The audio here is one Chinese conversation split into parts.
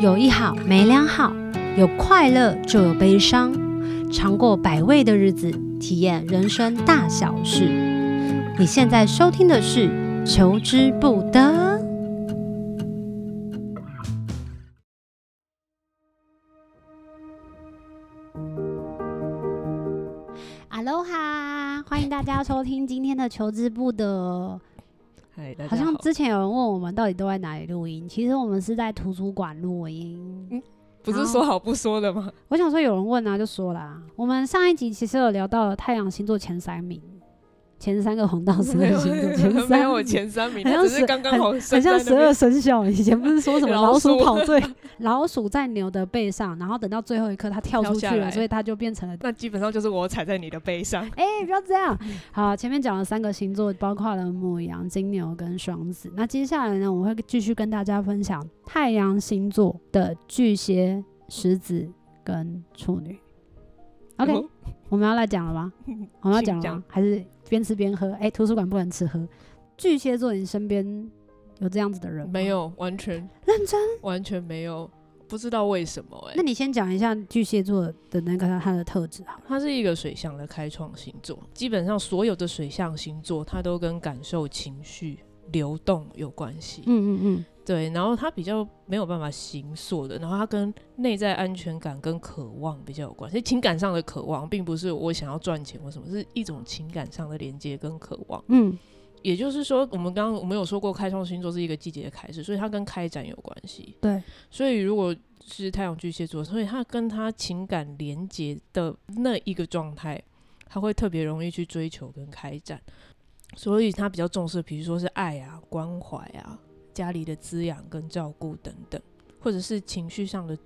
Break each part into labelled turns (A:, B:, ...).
A: 有一好没两好，有快乐就有悲伤，尝过百味的日子，体验人生大小事。你现在收听的是《求之不得》。阿罗哈，欢迎大家收听今天的《求之不得》。
B: 嗨，大家
A: 好像之前有人问我们到底都在哪里录音，其实我们是在图书馆录音。
B: 不是说好不说的吗？
A: 我想说有人问啊，就说啦。我们上一集其实有聊到了太阳星座前三名，前三个红道十
B: 没
A: 二
B: 有
A: 星 座前
B: 没
A: 三
B: 有
A: 名。
B: 前三名，
A: 啊好像
B: 那只是
A: 十
B: 刚刚好
A: 很
B: 生在
A: 像
B: 那
A: 十
B: 边
A: 二生肖，以前不是说什么
B: 老
A: 老鼠
B: 鼠
A: 跑最，老鼠在牛的背上，然后等到最后一刻它跳
B: 跳
A: 出去
B: 下
A: 了，
B: 来
A: 所以它就变成了
B: 那基本上就是我踩在你的背上。
A: 哎、不要这样。好，前面讲了三个星座，包括了母羊、金牛跟双子。那接下来呢，我会继续跟大家分享太阳星座的巨蟹、狮子跟处女。OK，、
B: 哦
A: 我们要来讲 了吗？我们要讲了
B: 请讲
A: 吗？还是边吃边喝？哎、图书馆不能吃喝。巨蟹座，你身边有这样子的人吗
B: 没？有，完全
A: 认真？
B: 完全没有，不知道为什么哎、
A: 那你先讲一下巨蟹座的那个他的特质好了。
B: 它是一个水象的开创星座，基本上所有的水象星座，它都跟感受、情绪流动有关系。
A: 嗯嗯嗯，
B: 对，然后它比较没有办法形塑的，然后它跟内在安全感跟渴望比较有关系。情感上的渴望，并不是我想要赚钱或什么，是一种情感上的连接跟渴望。
A: 嗯
B: 也就是说，我们刚刚我们有说过，开创星座是一个季节的开始，所以它跟开展有关系。
A: 对，
B: 所以如果是太阳巨蟹座，所以它跟它情感连接的那一个状态，它会特别容易去追求跟开展，所以它比较重视，比如说是爱啊、关怀啊、家里的滋养跟照顾等等，或者是情绪上的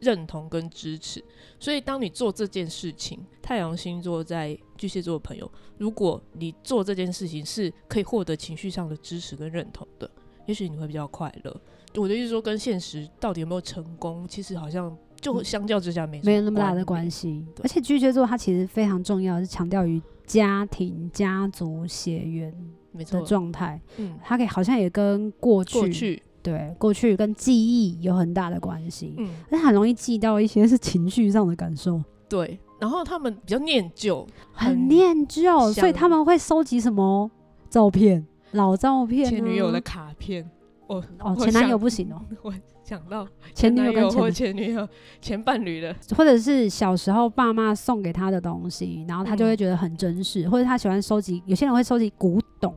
B: 认同跟支持。所以当你做这件事情，太阳星座在巨蟹座的朋友，如果你做这件事情是可以获得情绪上的支持跟认同的，也许你会比较快乐。我的意思说，跟现实到底有没有成功，其实好像就相较之下没什
A: 嗯没有那么大的
B: 关联
A: 关系。
B: 对
A: 而且巨蟹座它其实非常重要，是强调于家庭、家族、血缘
B: 没错
A: 的，状态。
B: 嗯，
A: 它可以好像也跟过去、
B: 过去，
A: 对过去跟记忆有很大的关系。
B: 嗯，
A: 但很容易记到一些是情绪上的感受，
B: 对。然后他们比较念旧，
A: 很念旧，
B: 想
A: 所以他们会收集什么照片、老照片、
B: 前女友的卡片。我
A: 哦，
B: 我
A: 前男友
B: 想
A: 不行哦，
B: 我想到
A: 前女
B: 男
A: 友跟前
B: 或
A: 男
B: 前女友、前伴侣的，
A: 或者是小时候爸妈送给他的东西，然后他就
B: 嗯
A: 会觉得很珍视，或者他喜欢收集，有些人会收集古董，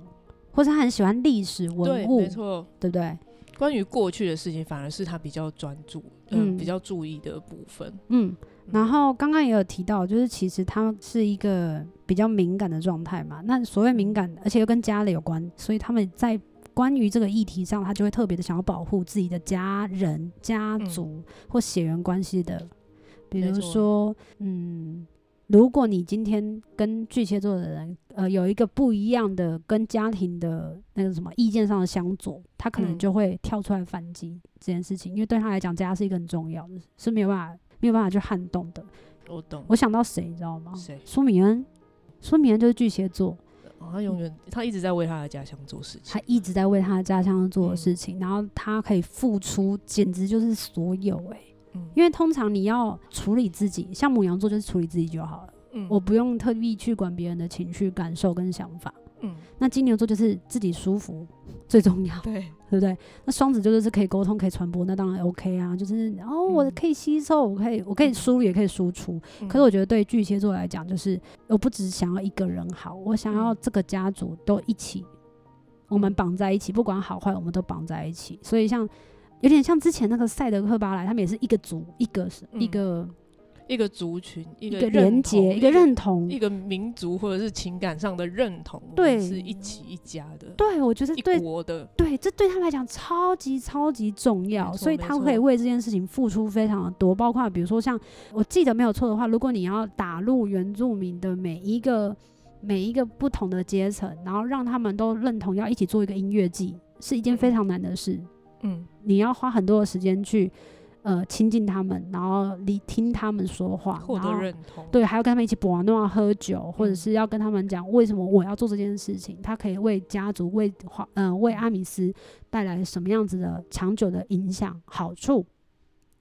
A: 或者他很喜欢历史文
B: 对，
A: 物，
B: 没错。嗯
A: 对不对？
B: 关于过去的事情，反而是他比较专注，
A: 嗯
B: 嗯，比较注意的部分。
A: 嗯。然后刚刚也有提到，就是其实他是一个比较敏感的状态嘛。那所谓敏
B: 嗯
A: 感，而且又跟家里有关，所以他们在关于这个议题上，他就会特别的想要保护自己的家人、家族、或血缘关系的。比
B: 嗯没
A: 如
B: 错
A: 说，嗯，如果你今天跟巨蟹座的人，呃，有一个不一样的跟家庭的那个什么意见上的相左，他可能
B: 嗯
A: 就会跳出来反击这件事情，因为对他来讲，家是一个很重要的，是没有办法没有办法去撼动的。
B: 我懂，
A: 我想到谁，你知道吗？
B: 谁
A: 苏米恩，苏米恩就是巨蟹座，
B: 哦他永远他一直在为他的家乡做事情
A: 他。一直在为他的家乡做的事情，然后他可以付出，简直就是所有诶、
B: 嗯
A: 因为通常你要处理自己，像母羊座就是处理自己就好了，
B: 嗯
A: 我不用特地去管别人的情绪、感受跟想法。
B: 嗯，
A: 那金牛座就是自己舒服 最重要，
B: 对，
A: 对不对？那双子座就是可以沟通、可以传播，那当然 OK 啊，就是哦，我
B: 嗯
A: 可以吸收，我可以，我可以输入，也可以输出。
B: 嗯
A: 可是我觉得对巨蟹座来讲，就是我不只想要一个人好，我想要
B: 嗯
A: 这个家族都一起，我们绑在一起，不管好坏，我们都绑在一起。所以像有点像之前那个赛德克巴莱，他们也是一个族，一个是、一
B: 嗯
A: 个
B: 一个族群，一
A: 一
B: 个
A: 个连
B: 认同
A: 接，一个认同。
B: 一个民族或者是情感上的认同，我
A: 对
B: 们是一起一家的，
A: 对，我觉得
B: 一
A: 对
B: 国的，
A: 对，这对他们来讲超级超级重要，
B: 没错
A: 所以
B: 没
A: 他
B: 错
A: 可以为这件事情付出非常的多，包括比如说像我记得没有错的话，如果你要打入原住民的每一个每一个不同的阶层，然后让他们都认同要一起做一个音乐季，是一件非常难的事，
B: 嗯，
A: 你要花很多的时间去呃亲近他们，然后聆听他们说话，
B: 获
A: 然
B: 得
A: 后
B: 认同，
A: 对，还要跟他们一起玩弄啊、喝酒，或者
B: 嗯
A: 是要跟他们讲为什么我要做这件事情，他可以为家族、为华、嗯、为阿米斯带来什么样子的长久的影响、好处。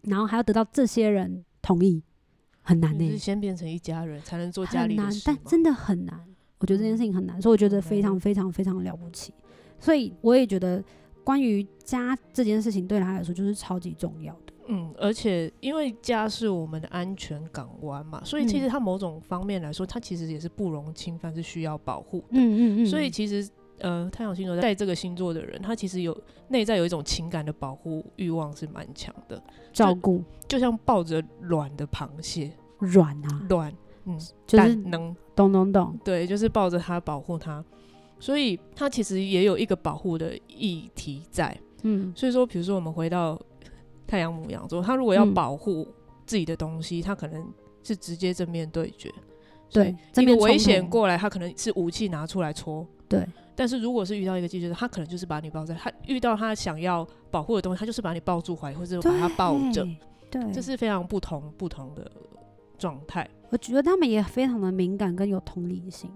A: 然后还要得到这些人同意，很难呢、
B: 就是先变成一家人，才能做家
A: 很
B: 里
A: 难
B: 的事，嗯
A: 但
B: 嘛
A: 真的很难。我觉得这件事情很难，所以我觉得非常非常非常了不起。所以我也觉得，关于家这件事情对他来说就是超级重要的。
B: 嗯，而且因为家是我们的安全港湾嘛，所以其
A: 嗯
B: 实它某种方面来说，它其实也是不容侵犯，是需要保护。
A: 嗯嗯
B: 所以其实呃，太阳星座在这个星座的人，他其实有内在有一种情感的保护欲望是蛮强的，
A: 照顾
B: 就像抱着卵的螃蟹，
A: 软啊，
B: 卵嗯
A: 就是
B: 蛋能
A: 懂懂懂，
B: 对，就是抱着它保护它，所以它其实也有一个保护的议题在。
A: 嗯
B: 所以说，比如说我们回到太阳母羊座，他如果要
A: 嗯
B: 保护自己的东西，他可能是直接正面对决，所以
A: 对，这
B: 一个
A: 边
B: 危险过来，他可能是武器拿出来戳。
A: 对，
B: 但是如果是遇到一个拒绝者，他可能就是把你抱在，他遇到他想要保护的东西，他就是把你抱住怀，或者把他抱着，，
A: 对，
B: 这是非常不同不同的状态。
A: 我觉得他们也非常的敏感跟有同理心，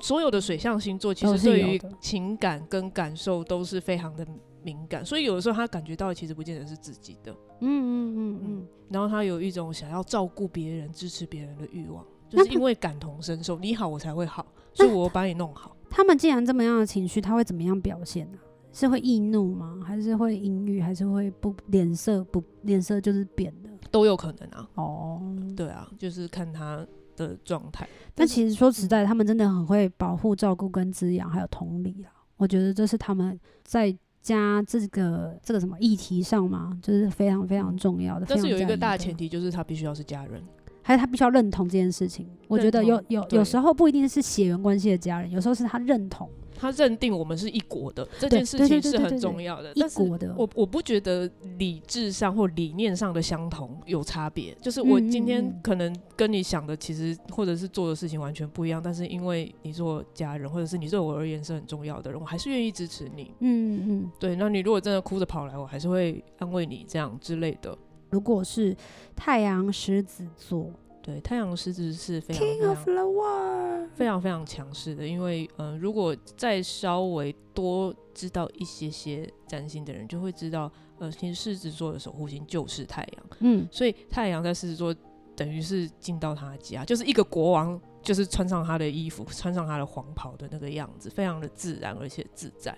B: 所有的水象星座其
A: 都
B: 实
A: 是
B: 对
A: 有
B: 于
A: 的
B: 情感跟感受都是非常的敏感，所以有的时候他感觉到的其实不见得是自己的。
A: 嗯嗯嗯嗯，
B: 然后他有一种想要照顾别人、支持别人的欲望，
A: 那
B: 就是
A: 他
B: 因为感同身受，你好我才会好，所以我把你弄好。
A: 他们既然这么样的情绪，他会怎么样表现呢、是会易怒吗？还是会阴郁？还是会不脸色不脸色就是扁的？
B: 都有可能啊，
A: 哦，
B: 对啊，就是看他的状态。
A: 但
B: 但是嗯
A: 其实说实在，他们真的很会保护、照顾跟滋养，还有同理啦。我觉得这是他们在家这个这个什么议题上嘛，就是非常非常重要的。
B: 嗯但是有一个大
A: 提。
B: 前提，就是他必须要是家人。
A: 还是他必须要认同这件事情。我觉得
B: 认
A: 有
B: 同
A: 有
B: 对
A: 有时候不一定是血缘关系的家人，有时候是他认同
B: 他认定我们是一国的这
A: 对
B: 件事
A: 对对
B: 情
A: 对
B: 是
A: 对
B: 很
A: 对
B: 重要的，
A: 一
B: 但是
A: 国的。
B: 我我不觉得理智上或理念上的相同有差别，就是我
A: 嗯嗯
B: 今天
A: 嗯
B: 可能跟你想的其实或者是做的事情完全不一样，但是因为你是我家人，或者是你对我而言是很重要的人，我还是愿意支持你。
A: 嗯嗯，
B: 对，那你如果真的哭着跑来，我还是会安慰你这样之类的。
A: 如果是太阳狮子座
B: 对，太阳狮子是非常
A: ，King
B: 非
A: of
B: 常
A: the World，
B: 非常非常强势的，因为嗯、呃如果再稍微多知道一些些占星的人，就会知道，呃，其实狮子座的守护星就是太阳。
A: 嗯，
B: 所以太阳在狮子座等于是进到他家，就是一个国王，就是穿上他的衣服，穿上他的黄袍的那个样子，非常的自然而且自在。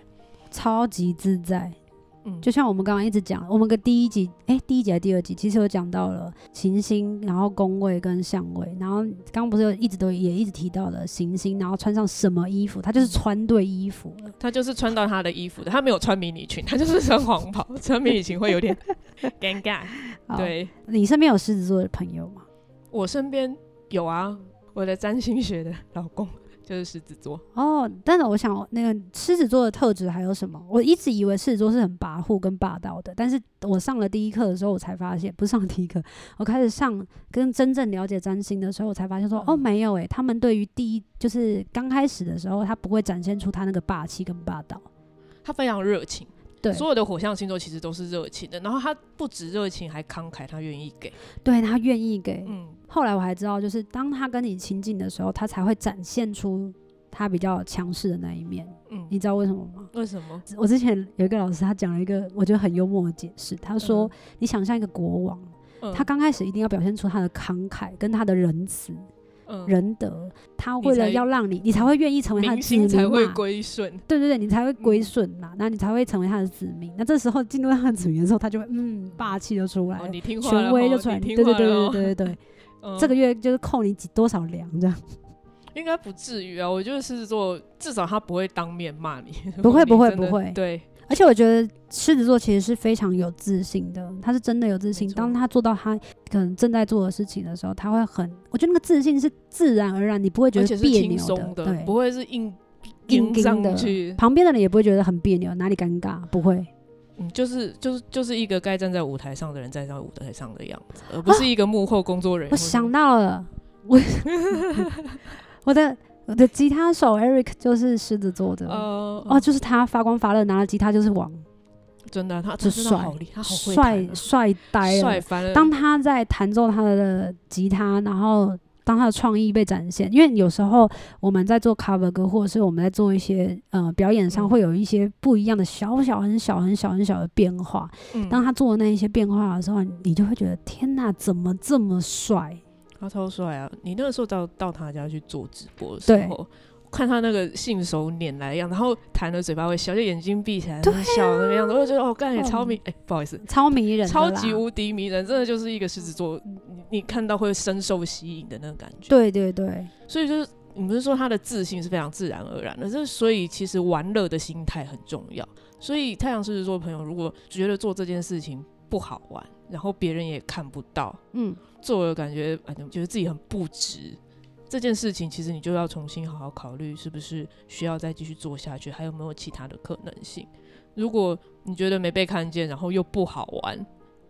A: 超级自在。
B: 嗯，
A: 就像我们刚刚一直讲，我们的第一集，哎、第一集还是第二集，其实有讲到了行星，然后宫位跟相位，然后刚刚不是有一直都也一直提到了行星，然后穿上什么衣服，他就是穿对衣服了。
B: 他就是穿到他的衣服的，他没有穿迷你裙，他 就是穿黄袍，穿迷你裙会有 点尴尬。
A: 好，
B: 对
A: 你身边有狮子座的朋友吗？
B: 我身边有啊，我的占星学的老公就是狮子座，
A: 哦，但是我想，那个狮子座的特质还有什么？我一直以为狮子座是很跋扈跟霸道的，但是我上了第一课的时候，我才发现，不是上第一课，我开始上跟真正了解占星的时候，我才发现说，哦，
B: 嗯
A: 没有诶、他们对于第一就是刚开始的时候，他不会展现出他那个霸气跟霸道，
B: 他非常热情。
A: 对
B: 所有的火象星座其实都是热情的，然后他不止热情，还慷慨，他愿意给。
A: 对他愿意给。
B: 嗯，
A: 后来我还知道，就是当他跟你亲近的时候，他才会展现出他比较强势的那一面。
B: 嗯
A: 你知道为什么吗？
B: 为什么？
A: 我之前有一个老师，他讲了一个我觉得很幽默的解释，他说：“你想象一个国王，
B: 嗯
A: 他刚开始一定要表现出他的慷慨跟他的仁慈、
B: 嗯
A: 仁德，他为了
B: 才
A: 要让你，你才会愿意成为他的
B: 明
A: 子
B: 星
A: 民
B: 才会
A: 嘛
B: 归嗯顺。
A: 对对对，你才会归顺啦，那你才会成为他的子民。那这时候进入到他的子民的时候，他就会嗯，霸气就出来
B: 哦，
A: 了。
B: 你听话了
A: 权威
B: 哦
A: 就出来，
B: 你听
A: 对对
B: 话
A: 对
B: 了
A: 对
B: 哦。
A: 对对对，
B: 嗯
A: 这个月就是扣你几多少粮这样，
B: 应该不至于啊，我觉得狮子座至少他不会当面骂你，
A: 不会
B: 如
A: 不
B: 果
A: 会
B: 你真的
A: 不会
B: 对，
A: 而且我觉得狮子座其实是非常有自信的，他是真的有自信
B: 没。错
A: 当他做到他可能正在做的事情的时候，他会很，我觉得那个自信是自然而然，你不会觉
B: 而
A: 得
B: 且是
A: 别
B: 轻
A: 扭
B: 松的，
A: 对，
B: 不会是硬
A: 硬
B: 硬
A: 盯
B: 上
A: 的
B: 去，
A: 旁边的人也不会觉得很别扭，哪里尴尬，不会。
B: 嗯，就是就是就是一个该站在舞台上的人站在舞台上的样子，而不
A: 啊
B: 是一个幕后工作人员。
A: 我想到了，我 我的我的吉他手 Eric 就是狮子座的，
B: 呃
A: 哦，就是他发光发热，拿了吉他就是王，
B: 真的啊他他
A: 就
B: 真的
A: 帅
B: 好厉害，他好会弹
A: 帅
B: 啊
A: 帅呆了
B: 帅，翻了，
A: 当他在弹奏他的吉他，然后当他的创意被展现，因为有时候我们在做 cover 歌，或者是我们在做一些呃表演上，
B: 嗯
A: 会有一些不一样的小小很小很小很小的变化。
B: 嗯，
A: 当他做的那一些变化的时候，你就会觉得天哪，怎么这么帅？
B: 他超帅啊！你那个时候到到他家去做直播的时候，看他那个信手拈来的样子，然后弹了嘴巴会笑，就眼睛闭起来、
A: 对啊
B: 很笑的那个样子，我就觉得哦，干也
A: 哦
B: 超迷，哎、不好意思，
A: 超迷人的
B: 超
A: 啦，
B: 级无敌迷人，真的就是一个狮子座，你你看到会深受吸引的那个感觉。
A: 对对对，
B: 所以就是你不是说他的自信是非常自然而然的，这所以其实玩乐的心态很重要。所以太阳狮子座的朋友如果觉得做这件事情不好玩，然后别人也看不到，
A: 嗯，
B: 做了感觉哎，你觉得自己很不值。这件事情其实你就要重新好好考虑，是不是需要再继续做下去，还有没有其他的可能性？如果你觉得没被看见，然后又不好玩，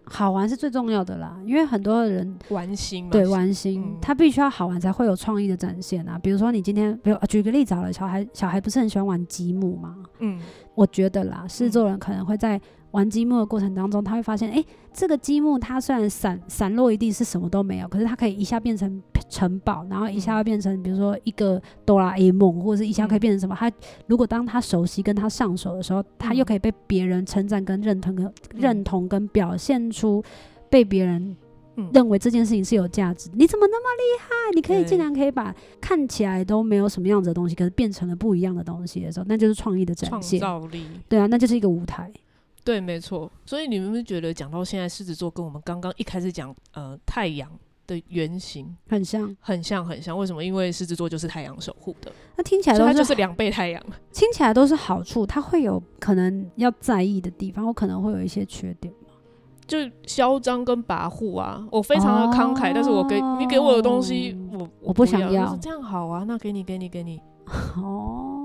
A: 好玩是最重要的啦，因为很多人
B: 玩心嘛，
A: 对，玩心，
B: 嗯
A: 他必须要好玩才会有创意的展现啊。比如说你今天，比如、啊举个例子好了，小孩小孩不是很喜欢玩积木吗？
B: 嗯，
A: 我觉得啦，狮子座人可能会在玩积木的过程当中，他会发现，诶，这个积木它虽然散散落一地是什么都没有，可是它可以一下变成城堡，然后一下
B: 嗯
A: 要变成比如说一个哆啦 A 梦，或者是一下可以
B: 嗯
A: 变成什么。他如果当他熟悉跟他上手的时候，他
B: 嗯
A: 又可以被别人称赞跟认同跟认同跟表现出被别人
B: 嗯
A: 认为这件事情是有价值。你怎么那么厉害？你可以
B: 对
A: 竟然可以把看起来都没有什么样子的东西，可是变成了不一样的东西的时候，那就是创意的展
B: 创
A: 现。
B: 造力，
A: 对啊，那就是一个舞台。
B: 对，没错。所以你们不觉得讲到现在，狮子座跟我们刚刚一开始讲呃太阳的原型
A: 很像，
B: 很像很像？为什么？因为狮子座就是太阳守护的，
A: 那听起来
B: 所以
A: 都
B: 它
A: 是
B: 就是两倍太阳。
A: 听起来都是好处，它会有可能要在意的地方，我可能会有一些缺点。
B: 就嚣张跟跋扈啊！我非常的慷慨，但是我给你给我的东西，我
A: 哦我不
B: 不
A: 想要
B: 要，就是这样好啊，那给你给你给你，
A: 哦，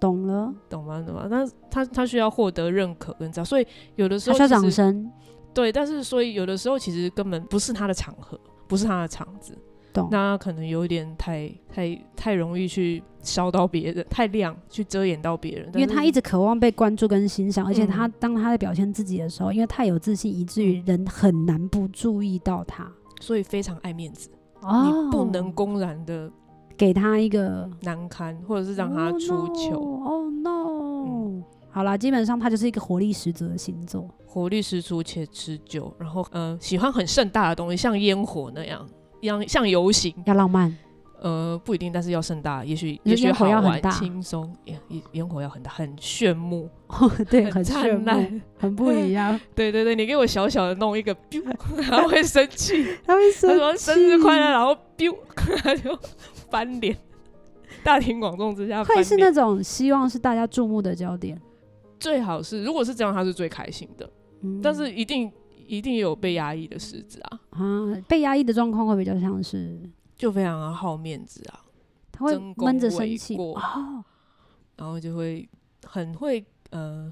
A: 懂了，
B: 懂吗？懂吗？但是他他需要获得认可跟这样，所以有的时
A: 他
B: 候
A: 需要
B: 其实
A: 掌声，
B: 对，但是所以有的时候其实根本不是他的场合，不是他的场子，
A: 懂
B: 那他可能有一点太太太容易去烧到别人，太亮去遮掩到别人，
A: 因为
B: 但是
A: 他一直渴望被关注跟欣赏，而且
B: 嗯
A: 他当他在表现自己的时候，因为太有自信，以至于人很难不注意到他。
B: 所以非常爱面子，
A: 哦，
B: 你不能公然的
A: 给他一个
B: 难堪，或者是让他出糗。嗯
A: 哦 no，, oh, no 好啦，基本上他就是一个活力十足的星座。
B: 活力十足且持久，然后呃喜欢很盛大的东西，像烟火那样，像像游行，
A: 要浪漫，
B: 呃不一定，但是要盛大，也许
A: 你
B: 也
A: 说
B: 许
A: 烟火
B: 好
A: 要很
B: 玩
A: 大
B: 轻松，烟烟烟火要很大，很炫目，
A: 对，很
B: 灿
A: 炫
B: 烂
A: 目，，很不一样。
B: 对对对，你给我小小的弄一个 biu，然 后会生气，
A: 他会
B: 他
A: 生
B: 说生日快乐，
A: 气，
B: 然后 biu，他 就翻脸，大庭广众之下翻
A: 会是那
B: 脸，
A: 种希望是大家注目的焦点。
B: 最好是如果是这样，他是最开心的，
A: 嗯
B: 但是一定一定有被压抑的狮子啊，
A: 啊，被压抑的状况会比较像是
B: 就非常好面子啊。
A: 他会
B: 争功
A: 闷着
B: 诿
A: 生气
B: 过
A: 哦，
B: 然后就会很会呃，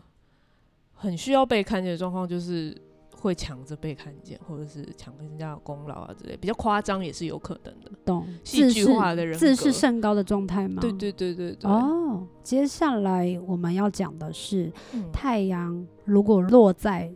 B: 很需要被看见的状况，就是会抢着被看见，或者是抢人家的功劳啊之类，比较夸张也是有可能的。
A: 懂
B: 戏
A: 自
B: 剧
A: 视
B: 化的人
A: 自
B: 格
A: 视甚高的状态吗？
B: 对对对对对，
A: 哦，接下来我们要讲的是
B: 嗯
A: 太阳如果落在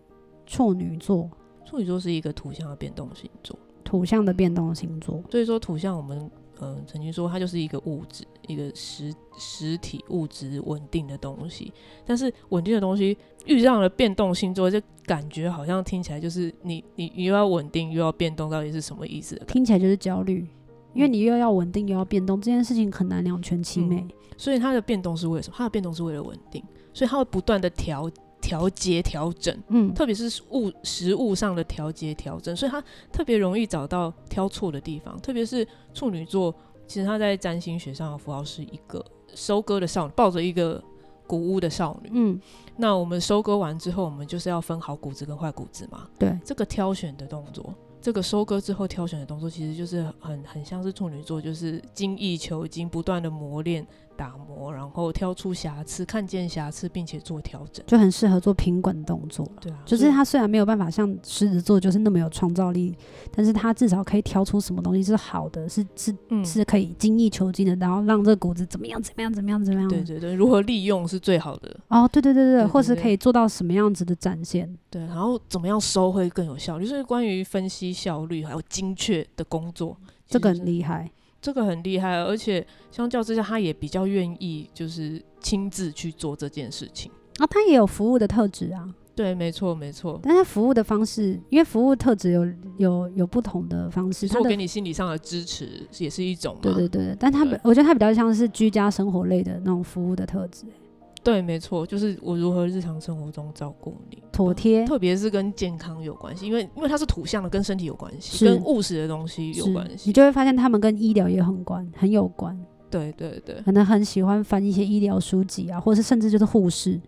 A: 处女座
B: 处女座是一个土象的变动星座，
A: 土象的变动星座，
B: 所以说土象我们嗯、呃曾经说它就是一个物质，一个实实体物质稳定的东西，但是稳定的东西遇上了变动星座，就感觉好像听起来就是你你你又要稳定又要变动，到底是什么意思的感觉
A: 听起来就是焦虑，因为
B: 嗯
A: 你又要稳定又要变动，这件事情很难两全其美。
B: 所以它的变动是为什么？它的变动是为了稳定，所以它会不断的调调节、调整，
A: 嗯，
B: 特别是物食物上的调节、调整，所以它特别容易找到挑错的地方。特别是处女座，其实它在占星学上的符号是一个收割的少女，抱着一个谷物的少女。
A: 嗯，
B: 那我们收割完之后，我们就是要分好谷子跟坏谷子嘛。
A: 对，
B: 这个挑选的动作，这个收割之后挑选的动作，其实就是很很像是处女座，就是精益求精，不断的磨练、打磨，然后挑出瑕疵，看见瑕疵并且做调整。
A: 就很适合做平滚动作了。
B: 对啊，
A: 就是他虽然没有办法像狮子座就是那么有创造力，但是他至少可以挑出什么东西是好的，是是
B: 嗯，
A: 是可以精益求精的，然后让这个谷子怎么样怎么样怎么样怎么样。
B: 对对对，如何利用是最好的。
A: 哦，对对对对，
B: 对
A: 或是
B: 对
A: 可以做到什么样子的展现？
B: 对，然后怎么样收会更有效率，就是关于分析效率还有精确的工作，
A: 这个
B: 其实
A: 很厉害。
B: 这个很厉害，啊而且相较之下，他也比较愿意就是亲自去做这件事情。
A: 啊，他也有服务的特质啊，
B: 对，没错，没错。
A: 但他服务的方式，因为服务特质有有有不同的方式，
B: 其实
A: 他
B: 我
A: 的
B: 给你心理上的支持也是一种嘛。
A: 对对对，但他
B: 对
A: 我觉得他比较像是居家生活类的那种服务的特质，
B: 嗯对没错，就是我如何日常生活中照顾你，
A: 妥贴。
B: 特别是跟健康有关系，因为因为它是土象的，跟身体有关系，
A: 是
B: 跟务实的东西有
A: 是
B: 关
A: 你
B: 系。嗯
A: 就会发现他们跟医疗也很关，很有关，
B: 对对对，
A: 可能很喜欢翻一些医疗书籍啊，或者是甚至就是护士。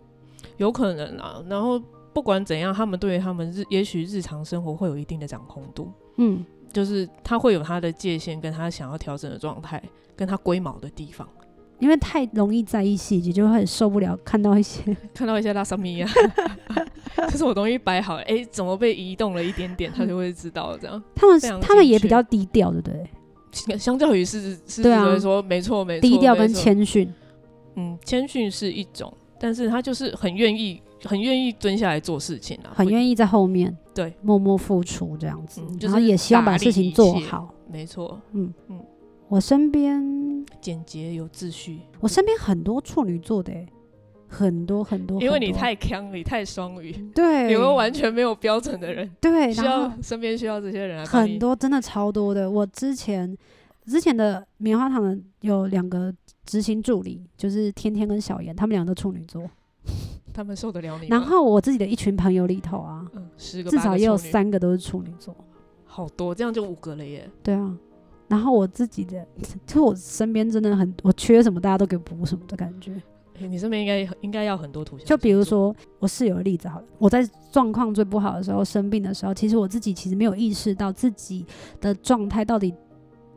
B: 有可能啊。然后不管怎样，他们对于他们日也许日常生活会有一定的掌控度，
A: 嗯，
B: 就是他会有他的界限，跟他想要调整的状态，跟他龟毛的地方。
A: 因为太容易在意细节，就会很受不了看到一些
B: 看到一些拉萨 米啊，就是我东西摆好了，哎、怎么被移动了一点点，他就会知道这样。
A: 他们
B: 非常
A: 他们
B: 精
A: 也比
B: 确
A: 较低调，对不对？
B: 相相较于狮子，狮子
A: 对啊
B: 就会说没错没错，
A: 低调
B: 没
A: 跟
B: 错，
A: 谦逊，
B: 嗯，谦逊是一种，但是他就是很愿意，很愿意蹲下来做事情啊，
A: 很
B: 意，
A: 愿意在后面
B: 对
A: 默默付出这样子，
B: 嗯就
A: 然后
B: 是
A: 也希望
B: 打
A: 把事
B: 理
A: 情
B: 一
A: 做
B: 切
A: 好。
B: 没错，
A: 我身边
B: 简洁有秩序。
A: 我身边很多处女座的欸、很多很多很多，
B: 因为你太强，你太双语，
A: 对，
B: 你会完全没有标准的人，
A: 对，
B: 需
A: 然后
B: 要身边需要这些人来帮你
A: 很多真的超多的。我之前之前的棉花糖的有两个执行助理，就是天天跟小严，他们两个都处女座。
B: 他们受得了你吗。
A: 然后我自己的一群朋友里头啊，
B: 嗯，十个
A: 至
B: 八个
A: 少也有
B: 处女，
A: 三个都是处女座。
B: 好多，这样就五个了耶。
A: 对啊，然后我自己的，就我身边真的很，我缺什么大家都给补什么的感觉。
B: 欸你身边应该应该要很多图像，
A: 就比如，说我室友的例子好了，我在状况最不好的时候，生病的时候，其实我自己其实没有意识到自己的状态到底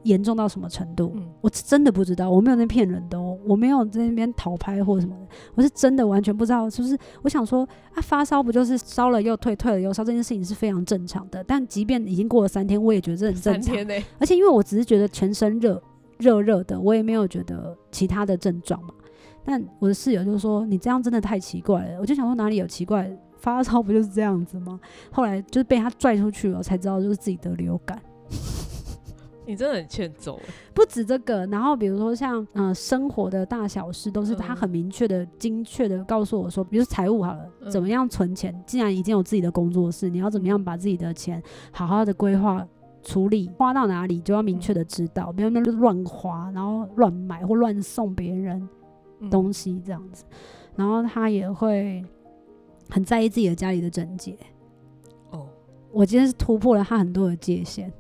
A: 严重到什么程度。
B: 嗯，
A: 我是真的不知道，我没有在骗人的哦，我没有在那边讨拍或什么的，我是真的完全不知道。就是我想说啊，发烧不就是烧了又退，退了又烧，这件事情是非常正常的。但即便已经过了三天，我也觉得这很
B: 三
A: 正常
B: 天。内、
A: 而且因为我只是觉得全身热热热的，我也没有觉得其他的症状嘛。但我的室友就说：“你这样真的太奇怪了。”我就想说哪里有奇怪，发烧不就是这样子吗？后来就是被他拽出去了，我才知道就是自己得流感。
B: 你真的很欠揍欸。
A: 不止这个，然后比如说像嗯、呃生活的大小事，都是他
B: 嗯
A: 很明确的、精确的告诉我说，比如说财务好了，
B: 嗯
A: 怎么样存钱？既然已经有自己的工作室，你要怎么样把自己的钱好好的规划处理，花到哪里就要明确的知道，不要那边乱花，然后乱买或乱送别人
B: 嗯
A: 东西这样子。然后他也会很在意自己的家里的整洁。
B: 哦，
A: 我今天是突破了他很多的界限。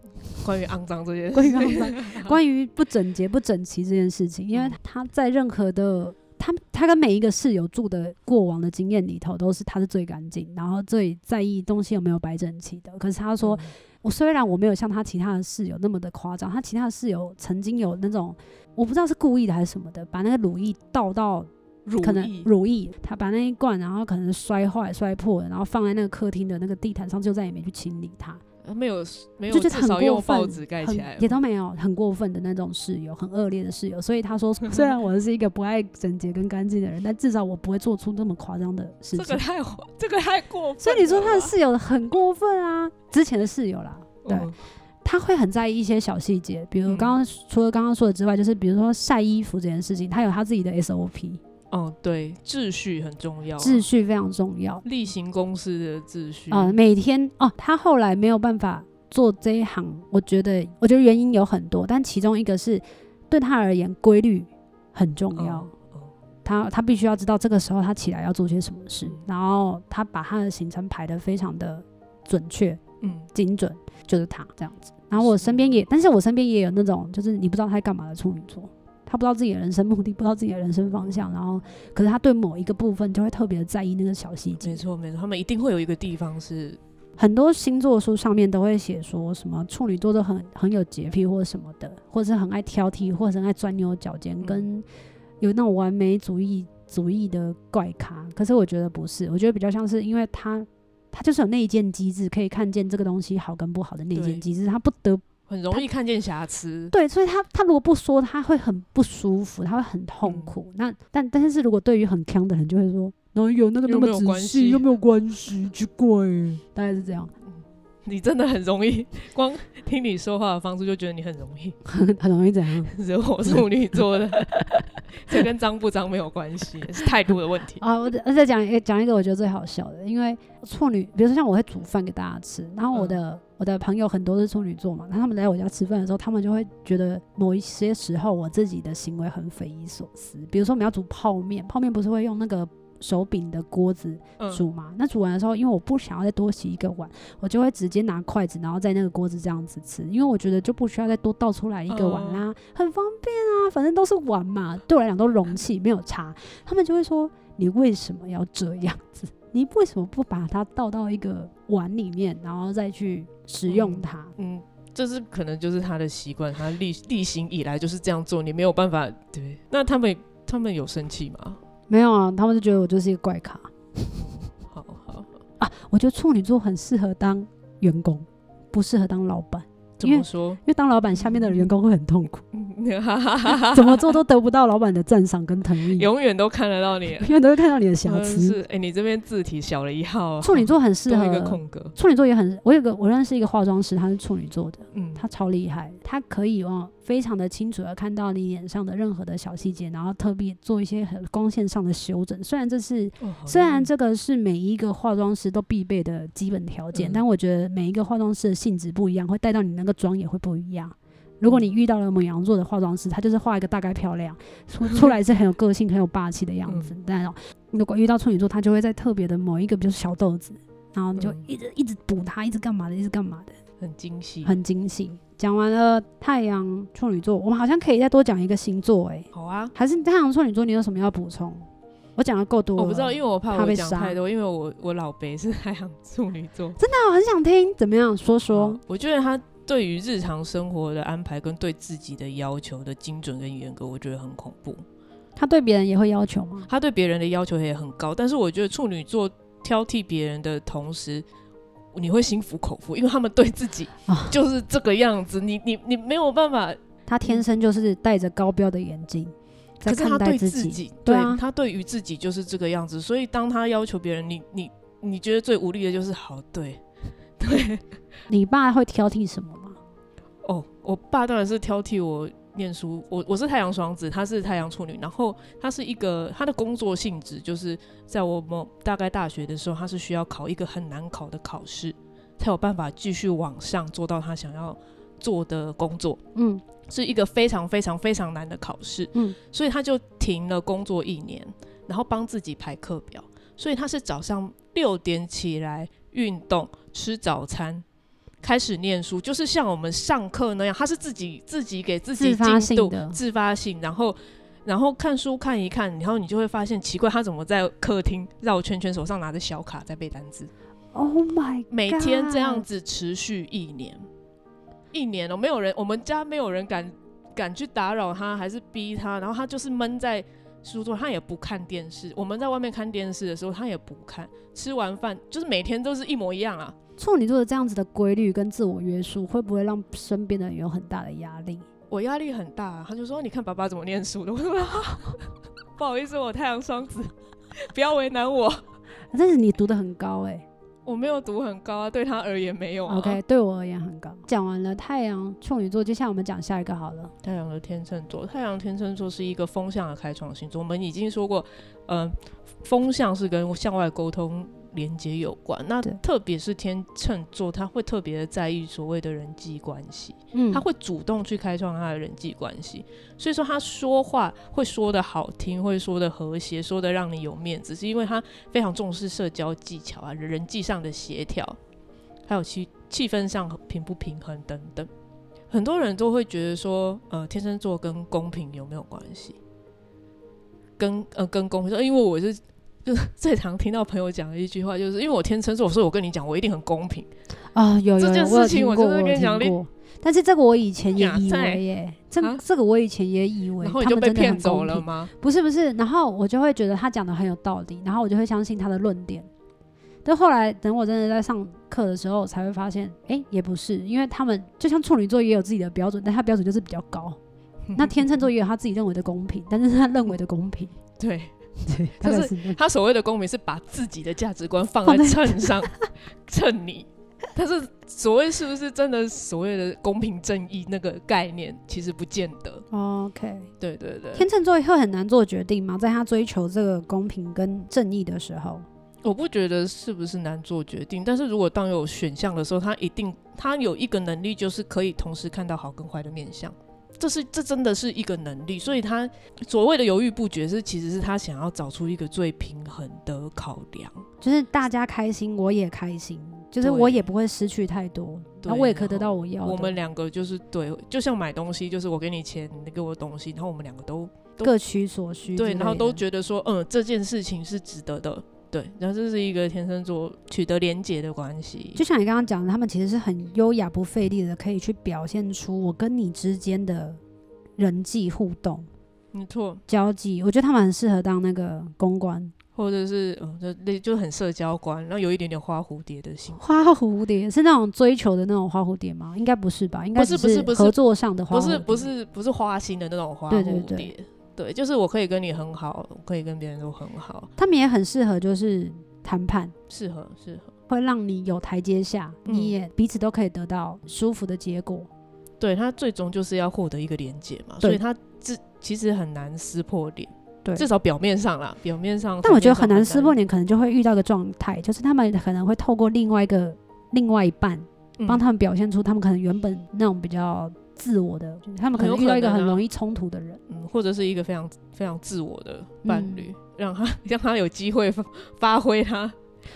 B: 关于肮脏这件事，
A: 关于 肮脏关于不整洁、不整齐这件事情，因为
B: 嗯
A: 他在任何的他他跟每一个室友住的过往的经验里头，都是他是最干净，然后最在意东西有没有摆整齐的。可是他说，
B: 嗯
A: 我虽然我没有像他其他的室友那么的夸张，他其他的室友曾经有那种我不知道是故意的还是什么的，把那个乳液倒到
B: 嗯乳
A: 可能
B: 液
A: 乳液，他把那一罐然后可能摔坏、摔破了，然后放在那个客厅的那个地毯上，就再也没去清理它。
B: 呃没有没有，
A: 就觉得
B: 至
A: 很
B: 少用
A: 过
B: 报
A: 分，
B: 纸盖
A: 很
B: 起来，
A: 也都没有很过分的那种室友，很恶劣的室友。所以他 说，虽然我是一个不爱整洁跟干净的人，但至少我不会做出这么夸张的事
B: 这个
A: 情。
B: 太 火这个太过分了吧。嗯
A: 所以你说他的室友很过分啊，之前的室友啦，对，
B: 嗯
A: 他会很在意一些小细节，比如
B: 嗯
A: 刚刚、除了刚刚说的之外，就是比如说晒衣服这件事情，他有他自己的 SOP，
B: 哦对，秩序很重要啊，
A: 秩序非常重要。
B: 例行公事的秩序嗯
A: 啊、每天哦，他后来没有办法做这一行，我觉得，我觉得原因有很多，但其中一个是对他而言，规律很重要。
B: 哦哦
A: 他他必须要知道这个时候他起来要做些什么事，然后他把他的行程排得非常的准确
B: 嗯，
A: 精准，就是他这样子。然后我
B: 是
A: 身边也，但是我身边也有那种，就是你不知道他在干嘛的处女座，他不知道自己的人生目的，不知道自己的人生方向，然后可是他对某一个部分就会特别在意那个小细节
B: 没。错没错，他们一定会有一个地方是
A: 很多星座书上面都会写说什么处女座都很很有洁癖或什么的，或者是很爱挑剔，或者是很爱钻牛角尖，
B: 嗯
A: 跟有那种完美主义主义的怪咖。可是我觉得不是，我觉得比较像是因为他他就是有内建机制，可以看见这个东西好跟不好的内
B: 对
A: 建机制，他不得
B: 很容易看见瑕疵，
A: 对，所以他他如果不说，他会很不舒服，他会很痛
B: 嗯
A: 苦。那但但是如果对于很强的人，就会说，然后有那个那
B: 又
A: 么
B: 没有
A: 仔
B: 关
A: 细
B: 系
A: 又没有关系，奇怪，大概是这样。
B: 嗯你真的很容易，光听你说话的方式就觉得你很容易
A: 很容易怎样？
B: 惹火
A: 嗯
B: 处女座 的，这跟脏不脏没有关系，是态度的问题。
A: 啊，我再再讲一个讲一个我觉得最好笑的，因为处女，比如说像我会煮饭给大家吃，然后我的、我的朋友很多是处女座嘛，那他们来我家吃饭的时候，他们就会觉得某一些时候我自己的行为很匪夷所思，比如说我们要煮泡面，泡面不是会用那个。手柄的锅子
B: 嗯，
A: 煮嘛，那煮完的时候，因为我不想要再多洗一个碗，我就会直接拿筷子，然后在那个锅子这样子吃，因为我觉得就不需要再多倒出来一个碗啦、
B: 哦
A: 很方便啊，反正都是碗嘛，对我来讲都容器没有差。他们就会说你为什么要这样子？你为什么不把它倒到一个碗里面，然后再去使用它？
B: 嗯，这是可能就是他的习惯，他历历行以来就是这样做，你没有办法。对，那他们他们有生气吗？
A: 没有啊，他们就觉得我就是一个怪咖
B: 好好，
A: 啊。我觉得处女座很适合当员工，不适合当老板，
B: 怎
A: 因
B: 么
A: 为
B: 说？
A: 因为当老板下面的员工会很痛苦。
B: 嗯哈哈哈 哈
A: 怎么做都得不到老板的赞赏跟同意，
B: 永远都看得到你。
A: 永远都会看到你的瑕
B: 嗯
A: 疵。
B: 是，哎、你这边字体小了一号、啊，
A: 处女座很适
B: 多一个
A: 合，
B: 空格。
A: 处女座也很，我有个我认识一个化妆师，他是处女座的，
B: 嗯，
A: 他超厉害，他可以哦非常的清楚的看到你脸上的任何的小细节，然后特别做一些很光线上的修整。虽然这是
B: 哦好
A: 虽
B: 厉
A: 然
B: 害
A: 这个是每一个化妆师都必备的基本条件，
B: 嗯
A: 但我觉得每一个化妆师的性质不一样，会带到你那个妆也会不一样。如
B: 嗯
A: 果你遇到了母羊座的化妆师，他就是画一个大概漂亮， 出出来是很有个性、很有霸气的
B: 嗯
A: 样子。但哦如果遇到处女座，他就会在特别的某一个，比如说小豆子，然后你就
B: 嗯
A: 一直、一直补他，一直干嘛的，一直干嘛的，
B: 很精细，
A: 很精细。讲完了太阳处女座，我们好像可以再多讲一个星座、欸，
B: 好啊。
A: 还是太阳处女座，你有什么要补充？我讲的够多了，
B: 哦我不知道，因为我怕
A: 怕
B: 我
A: 被
B: 讲
A: 杀
B: 太多，因为我我老伯是太阳处女座，
A: 那我很想听，怎么样说说
B: 好？我觉得他对于日常生活的安排跟对自己的要求的精准跟严格，我觉得很恐怖。
A: 他对别人也会要求吗？
B: 他对别人的要求也很高，但是我觉得处女座挑剔别人的同时，你会心服口服，因为他们对自己
A: 啊
B: 就是这个样子，你你你没有办法，
A: 他天生就是戴着高标的眼镜在
B: 可是
A: 看
B: 他
A: 待
B: 对
A: 自
B: 己，
A: 己，
B: 对
A: 对啊
B: 他对于自己就是这个样子，所以当他要求别人，你你你觉得最无力的就是好对对
A: 你爸会挑剔什么吗？
B: 哦，我爸当然是挑剔我。念书，我我是太阳双子，他是太阳处女，然后他是一个他的工作性质就是在我某大概大学的时候，他是需要考一个很难考的考试，才有办法继续往上做到他想要做的工作。
A: 嗯，
B: 是一个非常非常非常难的考试，
A: 嗯
B: 所以他就停了工作一年，然后帮自己排课表，所以他是早上六点起来运动、吃早餐，开始念书，就是像我们上课那样，他是自己自己给自己
A: 自发
B: 进
A: 性
B: 度
A: 的
B: 自发性，然后然后看书看一看，然后你就会发现奇怪，他怎么在客厅绕圈圈，手上拿着小卡在背单词，
A: ，Oh my，
B: 每天这样
A: God
B: 子持续一年，一年哦，没有人，我们家没有人敢敢去打扰他，还是逼他，然后他就是闷在书桌，他也不看电视。我们在外面看电视的时候，他也不看。吃完饭就是每天都是一模一样啊。
A: 处女座的这样子的规律跟自我约束，会不会让身边的人有很大的压力？
B: 我压力很大、啊他就说：“你看爸爸怎么念书的。”我 说：“不好意思，我太阳双子，不要为难我，
A: 但是你读的很高哎、
B: 我没有读很高啊，对他而言没有、啊。”
A: OK，对我而言很高。讲完了太阳处女座，接下来我们讲下一个好了。
B: 太阳的天秤座，太阳天秤座是一个风向的开创星座。我们已经说过，嗯、风向是跟向外沟通连接有关。那
A: 对
B: 特别是天秤座，他会特别的在意所谓的人际关系，
A: 嗯，
B: 他会主动去开创他的人际关系。所以说，他说话会说的好听，会说的和谐，说的让你有面子，是因为他非常重视社交技巧啊，人际上的协调，还有气气氛上平不平衡等等。很多人都会觉得说，呃，天秤座跟公平有没有关系？跟呃跟公平说，因为我是就是最常听到朋友讲的一句话，就是因为我天秤座，所以我跟你讲，我一定很公平。
A: 啊、有有
B: 这
A: 有，
B: 件
A: 我有
B: 事情
A: 听
B: 我
A: 过
B: 真的
A: 有
B: 跟你讲
A: 听
B: 你
A: 过但是这个我以前也
B: 呀
A: 以
B: 在
A: 为耶，这
B: 啊
A: 这个我以前也以为
B: 然
A: 他
B: 后
A: 们
B: 你就
A: 真
B: 被
A: 的
B: 骗
A: 很
B: 走
A: 公
B: 了
A: 平
B: 吗？
A: 不是不是，然后我就会觉得他讲的很有道理，然后我就会相信他的论点。但后来等我真的在上课的时候，才会发现，哎、也不是，因为他们就像处女座也有自己的标准，但他标准就是比较高。那天秤座也有他自己认为的公平，但是他认为的公平，
B: 对，
A: 对，大概是那样
B: 他所谓的公平是把自己的价值观放
A: 放
B: 在
A: 在
B: 秤上，秤你。但是所谓是不是真的所谓的公平正义那个概念，其实不见得。
A: 哦 OK，
B: 对对对，
A: 天秤座会很难做决定吗？在他追求这个公平跟正义的时候，
B: 我不觉得是不是难做决定，但是如果当有选项的时候，他一定他有一个能力，就是可以同时看到好跟坏的面相。这是这真的是一个能力，所以他所谓的犹豫不决是，其实是他想要找出一个最平衡的考量。
A: 就是大家开心，我也开心，就是
B: 对
A: 我也不会失去太多，
B: 对
A: 啊然后我也可以得到我要的。
B: 我们两个就是对，就像买东西，就是我给你钱，你给我东西，然后我们两个都都
A: 各取所需之类
B: 对，
A: 的，
B: 然后都觉得说，嗯，这件事情是值得的。对，然后这是一个天生做取得连结的关系，
A: 就像你刚刚讲的，他们其实是很优雅、不费力的，可以去表现出我跟你之间的人际互动、
B: 没错，
A: 交际。我觉得他们很适合当那个公关，
B: 或者是嗯，就类就很社交观，然后有一点点花蝴蝶的心，
A: 花蝴蝶是那种追求的那种花蝴蝶吗？应该不是吧？应该
B: 不是
A: 只
B: 不是不是
A: 合作上的花
B: 不
A: 蝴蝶，
B: 是不是不是花心的那种花
A: 对对
B: 蝴蝶，
A: 对
B: 对就是我可以跟你很好，我可以跟别人都很好，
A: 他们也很适合就是谈判，
B: 适合适合，
A: 会让你有台阶下，
B: 嗯
A: 你也彼此都可以得到舒服的结果。
B: 对他最终就是要获得一个连结嘛，所
A: 对
B: 以他这其实很难撕破脸，
A: 对
B: 至少表面上啦，表面上，
A: 但我觉得很难撕破，脸，可能就会遇到一个状态，就是他们可能会透过另外一个另外一半，
B: 嗯
A: 帮他们表现出他们可能原本那种比较自我的，就是他们可
B: 很有
A: 能遇到
B: 可
A: 一个
B: 能
A: 很
B: 啊
A: 容易冲突的人。
B: 嗯，或者是一个非常非常自我的伴
A: 嗯哦
B: 侣，让他 让他有机会发发挥他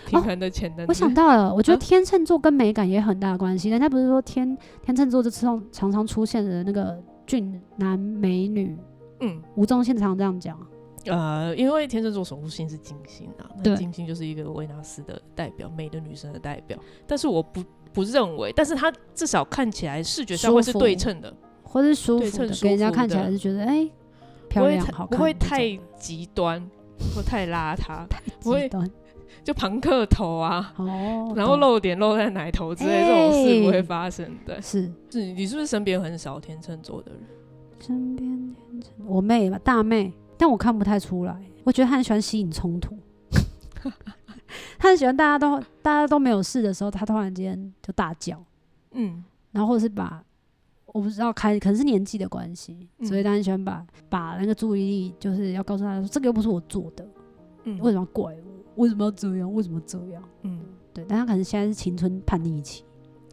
B: 平衡的潜能、
A: 我想到了，我觉得
B: 啊
A: 天秤座跟美感也很大关
B: 嗯
A: 系。人家不是说天天秤座就常常常出现的那个俊男美女，
B: 嗯
A: 吴宗宪常这样讲。
B: 呃，因为天秤座守护星是金星啊，那
A: 对
B: 金星就是一个维纳斯的代表，美的女神的代表，但是我不不认为，但是他至少看起来视觉上会是
A: 舒服
B: 对称的，
A: 或是舒
B: 对
A: 服的
B: 趁，舒
A: 给人家
B: 服
A: 看起
B: 的
A: 来是觉得哎、
B: 不
A: 漂
B: 会
A: 亮
B: 太
A: 好
B: 不
A: 看，
B: 会太极端或太邋遢，不会
A: 极端
B: 就朋克头啊，
A: 哦。
B: 然后
A: 懂
B: 露点露在奶头之类、这种事不
A: 哎
B: 会发生的。
A: 是
B: 是你是不是身边很少天秤座的人？
A: 身边天秤我妹吧，大妹，但我看不太出来。我觉得她很喜欢吸引冲突， 她很喜欢大家都大家都没有事的时候，她突然间就大叫，
B: 嗯，
A: 然后或者是把我不知道开，可能是年纪的关系，
B: 嗯
A: 所以她很喜欢把把那个注意力就是要告诉她说，这个又不是我做的，
B: 嗯
A: 为什么要怪我？为什么要这样？为什么这样？
B: 嗯，
A: 对，但她可能现在是青春叛逆期。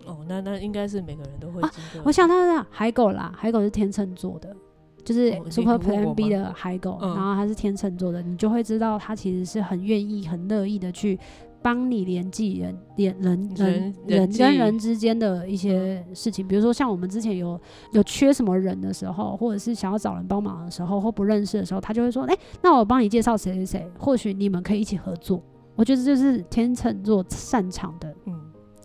B: 哦，那那应该是每个人都会
A: 啊
B: 经过、
A: 我想到是海狗啦，海狗是天秤座的，就是
B: 哦你
A: Super
B: 你问
A: Plan
B: 我
A: B
B: 吗
A: 的海狗，
B: 嗯
A: 然后它是天秤座的，你就会知道它其实是很愿意、很乐意的去帮你联系人、联人人
B: 人人
A: 人
B: 际嗯
A: 跟人之间的一些事情，比如说像我们之前有有缺什么人的时候，或者是想要找人帮忙的时候，或不认识的时候，他就会说：“哎、那我帮你介绍谁谁谁，或许你们可以一起合作。”我觉得这就是天秤座擅长的，
B: 嗯，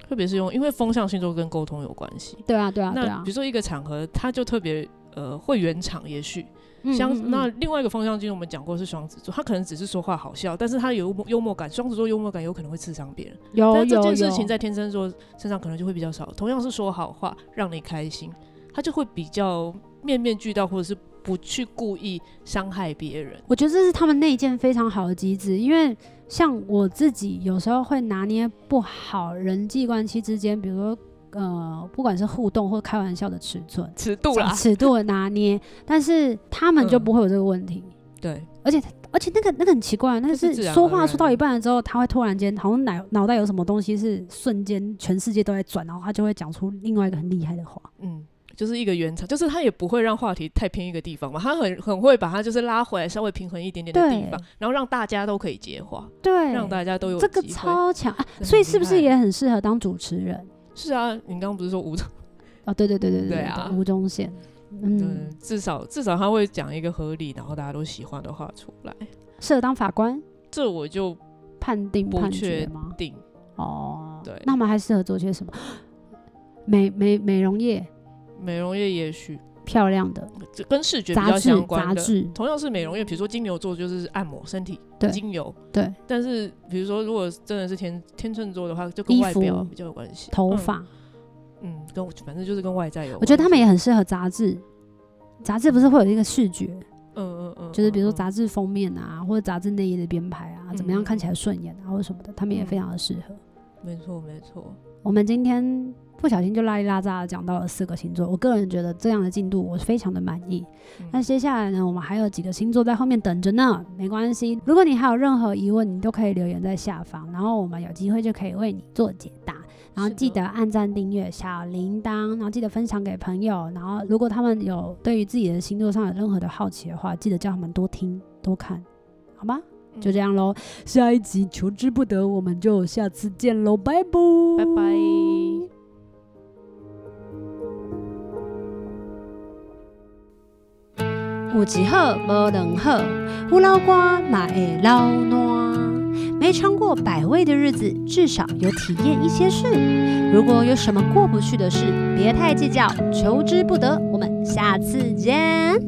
B: 特别是用，因为风象星座跟沟通有关系。
A: 对啊，对啊，对
B: 那
A: 啊
B: 比如，说一个场合，他就特别呃会圆场，也许
A: 嗯
B: 像、
A: 嗯嗯
B: 那另外一个风象星座我们讲过是双子座，他可能只是说话好笑，但是他有幽默幽默感，双子座幽默感有可能会刺伤别人。
A: 有
B: 但这
A: 哦有
B: 件
A: 有
B: 事情在天秤座身上可能就会比较少。同样是说好话让你开心，他就会比较面面俱到，或者是不去故意伤害别人。
A: 我觉得这是他们内建非常好的机制，因为像我自己有时候会拿捏不好人际关系之间，比如说呃，不管是互动或开玩笑的尺寸、
B: 尺度啦，
A: 尺度的拿捏，但是他们就
B: 嗯
A: 不会有这个问题。
B: 对，
A: 而且而且那个那个很奇怪，那个
B: 这是
A: 是
B: 自然
A: 说
B: 而
A: 话
B: 然
A: 说到一半了之后，他会突然间好像脑脑袋有什么东西是瞬间全世界都在转，然后他就会讲出另外一个很厉害的话。
B: 嗯， 就是一个圆场，就是他也不会让话题太偏一个地方嘛，他很很会把它就是拉回来，稍微平衡一点点的
A: 对
B: 地方，然后让大家都可以接话，
A: 对，
B: 让大家都有
A: 哎这个
B: 机会
A: 超强啊！
B: 很
A: 所以
B: 厉
A: 是不是
B: 害
A: 也很适合当主持人？
B: 是啊，你刚刚不是说吴总，
A: 哦，对对对对
B: 对啊
A: 吴宗宪，嗯，
B: 嗯，至少至少他会讲一个合理，然后大家都喜欢的话出来，
A: 适合当法官
B: 这我就
A: 判定
B: 不
A: 判
B: 确
A: 决吗？
B: 定
A: 哦，
B: 对
A: 那我们还适合做些什么？美美美容业，
B: 美容业也许
A: 漂亮的
B: 这跟视觉比
A: 杂
B: 较
A: 志
B: 相
A: 杂
B: 关的，
A: 志，
B: 同样是美容业，比如说金牛座就是按摩身体
A: 对
B: 精油，
A: 对，
B: 但是比如说如果真的是天天秤座的话，就跟
A: 衣
B: 外表
A: 服
B: 比较有关系，
A: 头
B: 嗯
A: 发，
B: 嗯，跟我反正就是跟外在有关系。
A: 我觉得他们也很适合杂志。杂志不是会有一个视觉，
B: 嗯，嗯嗯嗯，
A: 就是比如说
B: 嗯，
A: 杂志
B: 嗯
A: 封面啊，或者杂志内页的编排啊，怎么样看起来顺眼啊，或者什么的，他们也非常的适合。
B: 没错没错，
A: 我们今天不小心就拉里拉扎的讲到了四个星座，我个人觉得这样的进度我非常的满意。
B: 嗯
A: 那接下来呢，我们还有几个星座在后面等着呢，没关系。如果你还有任何疑问，你都可以留言在下方，然后我们有机会就可以为你做解答。然后
B: 是的
A: 记得按赞、订阅、小铃铛，然后记得分享给朋友。然后如果他们有对于自己的星座上有任何的好奇的话，记得叫他们多听、多看，好吗？
B: 嗯
A: 就这样喽，下一集求之不得，我们就下次见喽，拜拜，
B: 拜拜。
A: 有一好无两好，胡老瓜嘛会老烂。没尝过百味的日子，至少有体验一些事。如果有什么过不去的事，别太计较，求之不得。我们下次见。